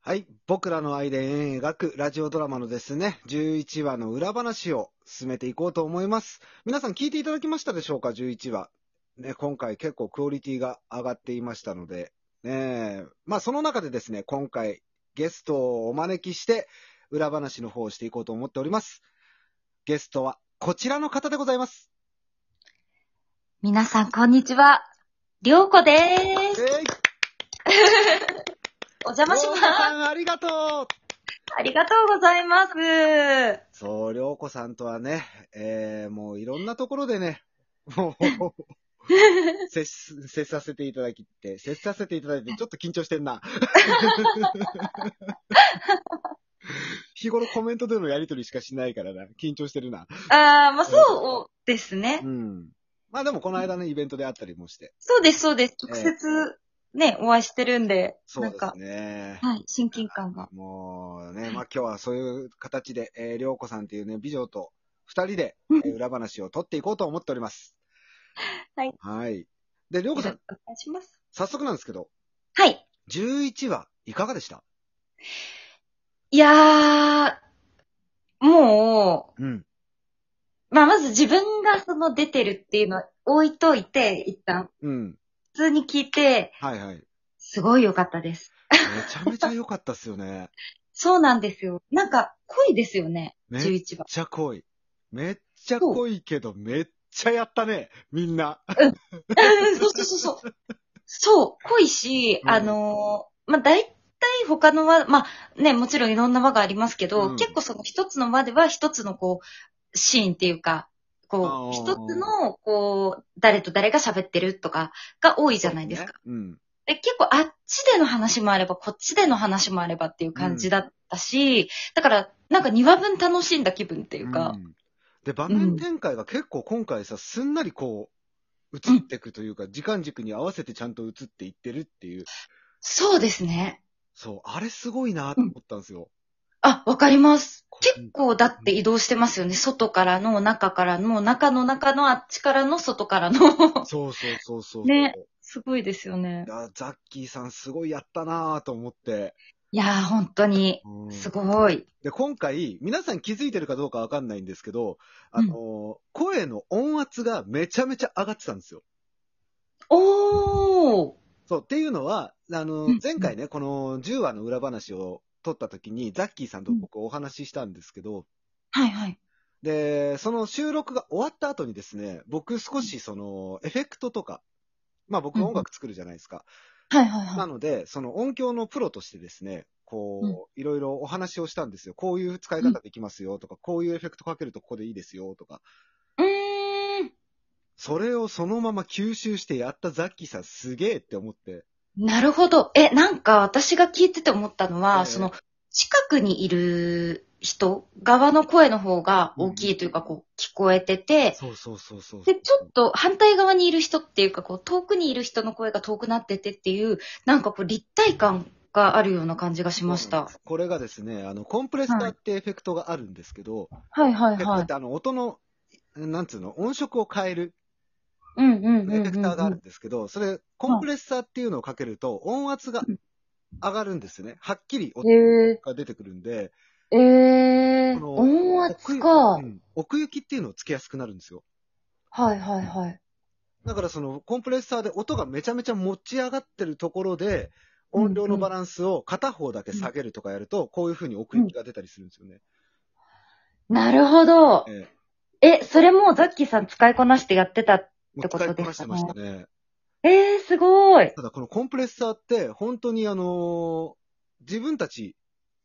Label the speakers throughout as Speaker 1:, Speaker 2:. Speaker 1: はい。僕らの愛で円描くラジオドラマのですね、11話の裏話を進めていこうと思います。皆さん聞いていただきましたでしょうか ?11 話。ね、今回結構クオリティが上がっていましたので、ねえまあその中でですね、今回ゲストをお招きして、裏話の方をしていこうと思っております。ゲストはこちらの方でございます。
Speaker 2: 皆さん、こんにちは。りょうこでーす。
Speaker 1: えい
Speaker 2: お邪魔します。
Speaker 1: さんありがとう
Speaker 2: ありがとうございます。
Speaker 1: そう、りょうこさんとはね、えー、もういろんなところで ね、もう、接し、接させていただきって、接させていただいて、ちょっと緊張してん な。日頃コメントでのやりとりしかしないからな、緊張してるな。
Speaker 2: あー、まあ、そうですね
Speaker 1: う。ん。まあでもこの間ね、イベントであったりもして。
Speaker 2: そうです、そうです。直接、ね、お会いしてるんで、
Speaker 1: そ
Speaker 2: な
Speaker 1: うんで
Speaker 2: か
Speaker 1: す、ね。
Speaker 2: はい、親近感が。
Speaker 1: もうね、まあ今日はそういう形で、えー、りょうこさんっていうね、美女と二人で、
Speaker 2: うん
Speaker 1: えー裏話を取っていこうと思っております。
Speaker 2: はい。
Speaker 1: はい。で、りょう
Speaker 2: お
Speaker 1: こさ
Speaker 2: 願
Speaker 1: ん、
Speaker 2: いします。
Speaker 1: 早速なんですけど、
Speaker 2: はい。
Speaker 1: 11話、いかがでした
Speaker 2: いやー、も
Speaker 1: うん。
Speaker 2: う、まあ、まず自分がその出てるっていうのは置いといて、一旦、
Speaker 1: うん。
Speaker 2: 普通に聞いて、
Speaker 1: はいはい。め
Speaker 2: すごい良かったです。
Speaker 1: ちゃめちゃ良かったっすよね。め っ
Speaker 2: そうなんですよ。なんか、濃いですよね。
Speaker 1: ね
Speaker 2: 11番。
Speaker 1: ちゃ濃い。めっちゃ濃いけど、めっちゃやったね。みんな。
Speaker 2: うんそうそうそうそう。そう、濃いし、
Speaker 1: うん
Speaker 2: あのーまあ、大体他の輪、まあ、ね、もちろんいろんな輪がありますけど、
Speaker 1: うん
Speaker 2: 結構その一つの輪では一つのこう、シーンっていうか、
Speaker 1: あー
Speaker 2: こう、一つの、こう、誰と誰が喋ってるとかが多いじゃないですか。
Speaker 1: そうね。うん。
Speaker 2: で結構あっちでの話もあれば、こっちでの話もあればっていう感じだったし、だから、なんか2話分楽しんだ気分っていうか、
Speaker 1: んで、場面展開が結構今回さ、すんなりこう、映ってくというか、時間軸に合わせてちゃんと映っていってるっていう。
Speaker 2: そうですね。
Speaker 1: そう、あれすごいなと思ったんですよ。
Speaker 2: あ、わかります。
Speaker 1: こ
Speaker 2: 結構だって移動してますよね。外からの、中からの、中の中のあっちからの、外から の。
Speaker 1: そうそうそうそう。
Speaker 2: ねすごいですよね
Speaker 1: い。や、ザッキーさんすごいやったなと思って。
Speaker 2: いやー、本当に、
Speaker 1: うん
Speaker 2: すごい。
Speaker 1: で、今回、皆さん気づいてるかどうかわかんないんですけど、あのー声の音圧がめちゃめちゃ上がってたんですよ。
Speaker 2: おー
Speaker 1: そう、っていうのは、あの
Speaker 2: う
Speaker 1: ー
Speaker 2: ん
Speaker 1: 前回ね、この10話の裏話を撮った時に、ザッキーさんと僕お話ししたんですけど、
Speaker 2: はいはい。
Speaker 1: で、その収録が終わった後にですね、僕少しその、エフェクトとか、まあ僕音楽作るじゃないですか。
Speaker 2: はいはいは。
Speaker 1: ないので、その音響のプロとしてですね、こう、いろいろお話をしたんですよ。こういう使い方できますよとか、こういうエフェクトかけるとここでいいですよとか。
Speaker 2: うーん。
Speaker 1: それをそのまま吸収してやったザッキーさんすげえって思って。
Speaker 2: なるほど。え、なんか私が聞いてて思ったのは、
Speaker 1: ええ
Speaker 2: その、近くにいる人側の声の方が大きいというか、こう、聞こえてて、
Speaker 1: そうそうそうそう。
Speaker 2: で、ちょっと反対側にいる人っていうか、こう、遠くにいる人の声が遠くなっててっていう、なんかこう、立体感があるような感じがしまし
Speaker 1: そうなんで。
Speaker 2: た
Speaker 1: すこれがですね、あの、コンプレッサーってエフェクトがあるんですけど、
Speaker 2: はいはい
Speaker 1: でこう
Speaker 2: は
Speaker 1: や
Speaker 2: い
Speaker 1: っ。てあの、音の、なんつうの、音色を変える
Speaker 2: うんうん
Speaker 1: エ
Speaker 2: うん
Speaker 1: フ
Speaker 2: うん
Speaker 1: ェクターがあ
Speaker 2: う
Speaker 1: るん
Speaker 2: ん。
Speaker 1: ですけど、それ、コンプレッサーっていうのをかけると、音圧が上がるんですよね。はっきり音
Speaker 2: え
Speaker 1: が出てくるんで、
Speaker 2: ー、え
Speaker 1: こ
Speaker 2: ー、
Speaker 1: の
Speaker 2: 音圧か。
Speaker 1: 奥行
Speaker 2: は
Speaker 1: きうん奥行きっていうのをつけやすくなるんですよ。
Speaker 2: いはいはい。
Speaker 1: だからそのコンプレッサーで音がめちゃめちゃ持ち上がってるところで、音量のバランスを片方だけ下げるとかやると、こういう風に奥行きが出たりするんですよね。
Speaker 2: なるほど。
Speaker 1: え
Speaker 2: え、それもザッキーさん使いこなしてやってた。
Speaker 1: え、も
Speaker 2: って
Speaker 1: う
Speaker 2: こ
Speaker 1: 使
Speaker 2: と
Speaker 1: いこ
Speaker 2: で
Speaker 1: なし
Speaker 2: す
Speaker 1: て
Speaker 2: かね
Speaker 1: ましたね。
Speaker 2: えー、すごい。
Speaker 1: ただこのコンプレッサーって、本当にあのー自分たち、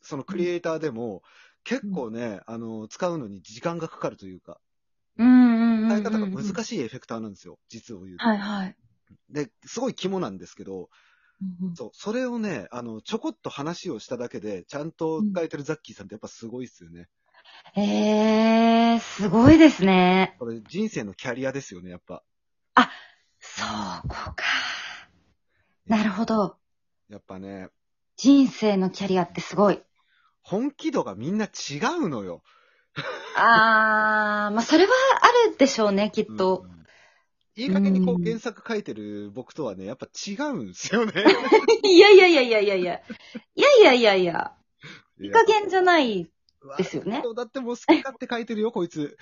Speaker 1: そのクリエイターでも、結構ね、あのー使うのに時間がかかるというか、
Speaker 2: うんうんうん、うん。
Speaker 1: 使い方が難
Speaker 2: しい。
Speaker 1: しいエフェクターなんですよ、実を言うと。
Speaker 2: はいはい。
Speaker 1: で、すごい肝なんですけど、
Speaker 2: うんうん
Speaker 1: そう、それをね、あの、ちょこっと話をしただけで、ちゃんと書いてるザッキーさんってやっぱすごいっすよね。
Speaker 2: えー、すごいですね。
Speaker 1: これ人生のキャリアですよね、やっぱ。
Speaker 2: そうか。なるほど。
Speaker 1: やっぱね、
Speaker 2: 人生のキャリアってすごい。
Speaker 1: 本気度がみんな違うのよ。
Speaker 2: あー、まあ、それはあるでしょうね、きっ
Speaker 1: う。
Speaker 2: と
Speaker 1: んいい加減にこ
Speaker 2: う
Speaker 1: うん原作書いてる僕とはね、やっぱ違うんですよね。
Speaker 2: いやいやいやいやいやいや。いやいやいやいや、 いい加減じゃない。ですよね
Speaker 1: うわだってもう好き勝手書いてるよ、こい つ。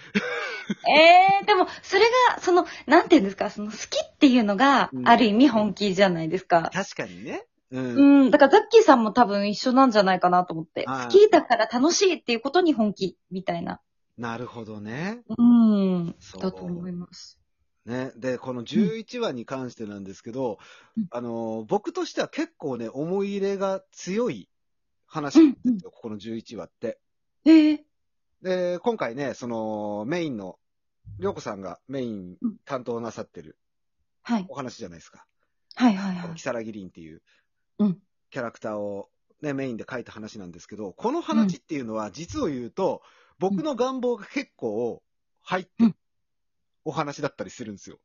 Speaker 2: ええでも、それが、その、なんていうんですか、その好きっていうのが
Speaker 1: う、ん
Speaker 2: ある意味本気じゃないですか。
Speaker 1: 確かにね。うん。
Speaker 2: うん、だからザッキーさんも多分一緒なんじゃないかなと思って。
Speaker 1: はい
Speaker 2: 好きだから楽しいっていうことに本気、みたいな。
Speaker 1: なるほどね。
Speaker 2: うん、
Speaker 1: そう
Speaker 2: だと思います。
Speaker 1: ね。で、この11話に関してなんですけど、
Speaker 2: うん
Speaker 1: あの、僕としては結構ね、思い入れが強い話なんですよ、
Speaker 2: うんうん
Speaker 1: ここの11話って。
Speaker 2: ええ
Speaker 1: で、今回ね、その、メインの、りょうこさんがメイン
Speaker 2: うん
Speaker 1: 担当なさってる
Speaker 2: はい、
Speaker 1: お話じゃないですか。
Speaker 2: はいはいは
Speaker 1: こ
Speaker 2: い
Speaker 1: の。キサラギリンっていう
Speaker 2: うん
Speaker 1: キャラクターを、ね、メインで書いた話なんですけど、この話っていうのは実を言うと、僕の願望が結構入って
Speaker 2: う
Speaker 1: る
Speaker 2: ん
Speaker 1: お話だったりするんですよ。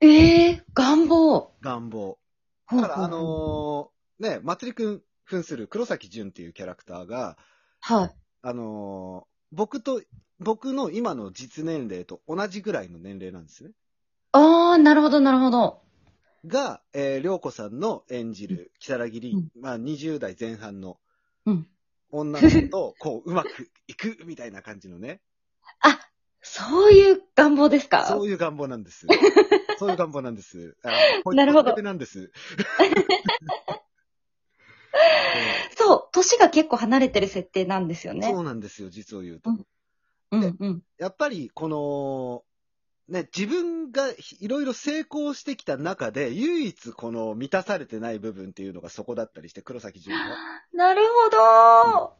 Speaker 2: ええ願望。
Speaker 1: 願望。
Speaker 2: ほ
Speaker 1: だ
Speaker 2: う
Speaker 1: から、あ
Speaker 2: ほう
Speaker 1: のーね、まつりくん扮する黒崎純っていうキャラクターが、
Speaker 2: はい。
Speaker 1: あのー僕と、僕の今の実年齢と同じぐらいの年齢なんですね。
Speaker 2: ああ、なるほどなるほど。
Speaker 1: が、えー、りょうこさんの演じる、きさらぎり、まあ、20代前半の
Speaker 2: うん。
Speaker 1: 女の子と、 こう、うまくいく、みたいな感じのね。
Speaker 2: あ、そういう願望ですか
Speaker 1: そういう願望なん です。そういう願望なんです。あこいつ
Speaker 2: なるほど
Speaker 1: こいつなん です。
Speaker 2: そう、年が結構離れてる設定なんですよね
Speaker 1: そ。うなんですよ、実を言うと。
Speaker 2: うんうんうん。
Speaker 1: やっぱり、この、ね、自分がいろいろ成功してきた中で、唯一この満たされてない部分っていうのがそこだったりして、黒崎純は。
Speaker 2: なるほどー。は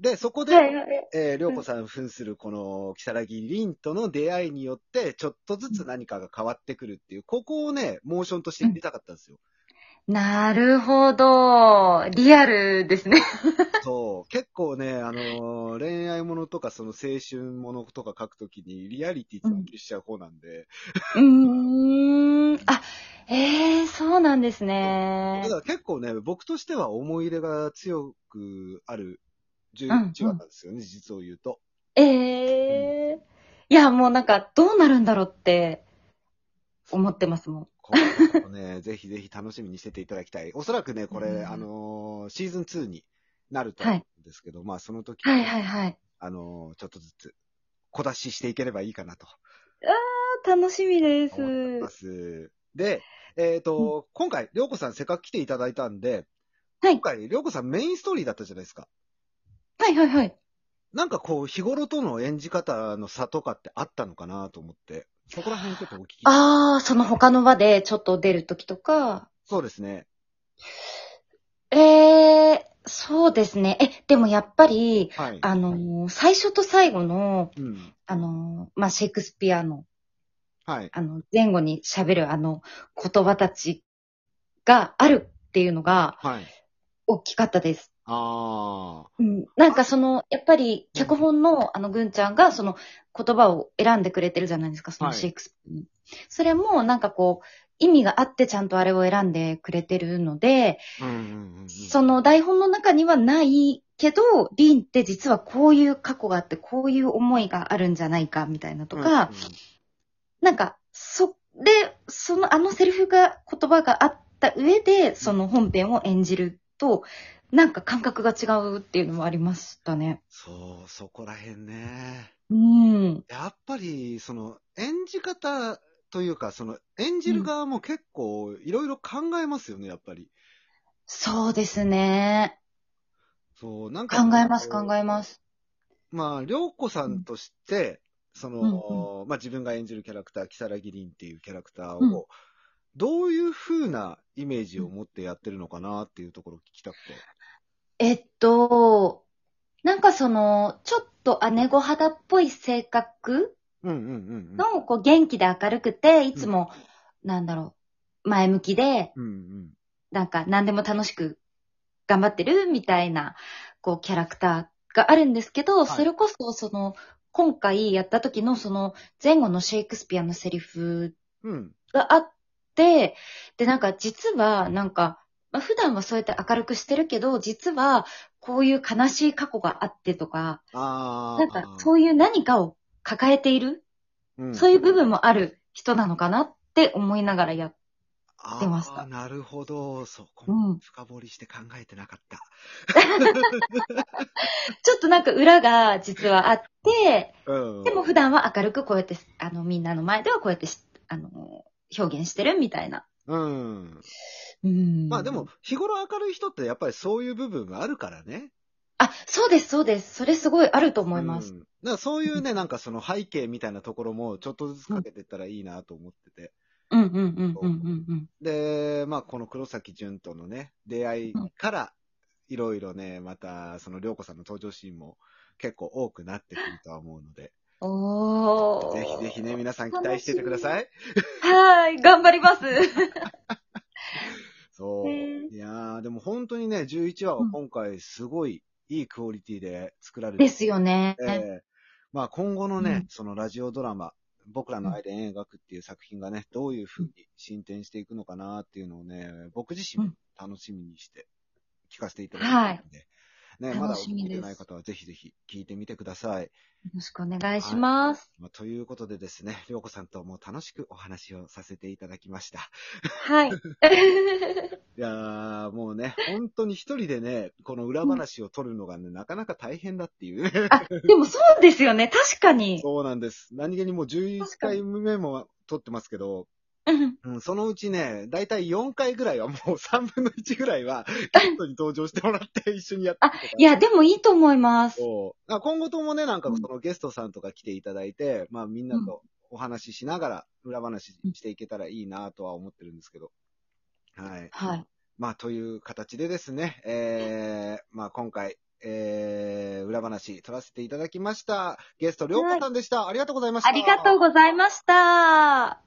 Speaker 1: で、そこ
Speaker 2: い
Speaker 1: で、
Speaker 2: はいはい。
Speaker 1: えー、りょうこさん扮するこの、如月凛との出会いによって、ちょっとずつ何かが変わってくるっていう、ここをね、モーションとして入れたかったんですよ。
Speaker 2: なるほど。リアルですね。
Speaker 1: そう。結構ね、あのー恋愛ものとか、その青春ものとか書くときに、リアリティ追求しちゃう方なんで、
Speaker 2: うーん。あ、ええそうなんですね
Speaker 1: だか。ら結構ね、僕としては思い入れが強くある11話なんですよね、実を言うと。
Speaker 2: ええいや、もうなんか、どうなるんだろうって、思ってますもん。
Speaker 1: これをね、 ぜひぜひ楽しみにしてていただきたい。おそらくね、これ、
Speaker 2: うん
Speaker 1: あのーシーズン2になると思うんですけど、まあその時、
Speaker 2: はいはいはい。
Speaker 1: あのーちょっとずつ小出ししていければいいかなと
Speaker 2: あ楽しみです。
Speaker 1: 思ってます。で、えっ、と、今回、りょうこさんせっかく来ていただいたんで、
Speaker 2: はい
Speaker 1: 今回、りょうこさんメインストーリーだったじゃないですか。
Speaker 2: はいはいはい。
Speaker 1: なんかこう、日頃との演じ方の差とかってあったのかなと思って、そこら辺ちょっとお聞き
Speaker 2: ああ、その他の場でちょっと出るときとか、
Speaker 1: そうですね。
Speaker 2: ええそうですね。え、でもやっぱり、
Speaker 1: はい。
Speaker 2: あのー最初と最後の、
Speaker 1: うん。
Speaker 2: あのーまあ、シェイクスピアの、
Speaker 1: はい。
Speaker 2: あの、前後に喋るあの、言葉たちがあるっていうのが
Speaker 1: はい。
Speaker 2: 大きかったです。
Speaker 1: あ
Speaker 2: うん、なんかその、やっぱり、脚本の、あの、ぐんちゃんが、その、言葉を選んでくれてるじゃないですか、その
Speaker 1: はい
Speaker 2: シェイクスピアに。それも、なんかこう、意味があってちゃんとあれを選んでくれてるので、
Speaker 1: ー。うんうんうんうん。
Speaker 2: その台本の中にはないけど、リンって実はこういう過去があって、こういう思いがあるんじゃないか、みたいなとか、なんか、そ、で、その、あのセリフが、言葉があった上で、その本編を演じると、なんか感覚が違うっていうのもありましたね。
Speaker 1: そう、そこら辺ね。
Speaker 2: うん。
Speaker 1: やっぱり、その、演じ方というか、その、演じる側も結構、いろいろ考えますよね、やっぱり。
Speaker 2: そうですね。
Speaker 1: そう、なんか。
Speaker 2: 考えます、考えます。
Speaker 1: まあ、りょうこさんとして、そ
Speaker 2: うん
Speaker 1: の、まあ自分が演じるキャラクター、キサラギリンっていうキャラクター
Speaker 2: うん
Speaker 1: を、どういう風なイメージを持ってやってるのかなっていうところを聞きたくて。
Speaker 2: えっと、なんかその、ちょっと姉御肌っぽい性格
Speaker 1: うんうんうん
Speaker 2: の、こう、元気で明るくて、いつも、なんだろう、前向きで、
Speaker 1: うん。うん
Speaker 2: なんか何でも楽しく頑張ってるみたいな、こう、キャラクターがあるんですけど、
Speaker 1: い
Speaker 2: それこそ、その、今回やった時のその前後のシェイクスピアのセリフ
Speaker 1: うん。うん。
Speaker 2: があって、で、なんか実は、なんか、まあ、普段はそうやって明るくしてるけど、実はこういう悲しい過去があってとか、
Speaker 1: ああ。
Speaker 2: なんかそういう何かを抱えている、
Speaker 1: うん
Speaker 2: そういう部分もある人なのかなって思いながらやっ出ました
Speaker 1: あーなるほど。そこ
Speaker 2: う
Speaker 1: も
Speaker 2: ん
Speaker 1: 深掘りして考えてなかった。
Speaker 2: ちょっとなんか裏が実はあって、
Speaker 1: うん。
Speaker 2: でも普段は明るくこうやって、あの、みんなの前ではこうやってし、あの、表現してるみたいな。
Speaker 1: うん。
Speaker 2: うん。
Speaker 1: まあでも、、日頃明るい人ってやっぱりそういう部分があるからね。
Speaker 2: あ、そうです、そうです。それすごいあると思います。
Speaker 1: うん。だからそういうね、なんかその背景みたいなところもちょっとずつかけてったらいいなと思ってて。
Speaker 2: うんうんうんうんうんうん。
Speaker 1: で、まあこの黒崎純とのね、出会いから、いろいろね、また、その、涼子さんの登場シーンも結構多くなってくるとは思うので、
Speaker 2: おー。
Speaker 1: ぜひぜひね、皆さん期待しててください。
Speaker 2: はーい、頑張 ります。
Speaker 1: そう。
Speaker 2: ね
Speaker 1: いやー、でも本当にね、11話は今回すごいいいクオリティで作られて、
Speaker 2: ですよね。
Speaker 1: ええまあ今後のね、
Speaker 2: うん
Speaker 1: そのラジオドラマ、僕らの愛で円描くっていう作品がね、どういう風に進展していくのかなっていうのをね、僕自身も楽しみにして聞かせていただいてるので、ね、まだ
Speaker 2: 楽しみ
Speaker 1: 聞い
Speaker 2: です
Speaker 1: てない方はぜひぜひ聞いてみてください。
Speaker 2: よろしくお願いします。
Speaker 1: まあ、ということでですね、りょうこさんとも楽しくお話をさせていただきました。
Speaker 2: はい。
Speaker 1: いやー、もうね、本当に一人でね、この裏話を取るのがね、なかなか大変だっていう。
Speaker 2: あ、でもそうですよね。確かに。
Speaker 1: そうなんです。何気にもう11
Speaker 2: 確か
Speaker 1: 回
Speaker 2: に
Speaker 1: 目も取ってますけど、
Speaker 2: うん
Speaker 1: うん、そのうちね、だいたい4回ぐらいはもう3分の1ぐらいは、ゲストに登場してもらって一緒にやってるとか
Speaker 2: いや、でもいいと思います。
Speaker 1: そう。だから今後ともね、なんか
Speaker 2: うん
Speaker 1: そのゲストさんとか来ていただいて、まあみんなとお話ししながら、裏話していけたらいいなとは思ってるんですけど。はい。
Speaker 2: はい。
Speaker 1: まあ、という形でですね、えー、まあ、今回、えー、裏話取らせていただきました。ゲスト、りょうこさんでした。ありがとうございました。
Speaker 2: ありがとうございました。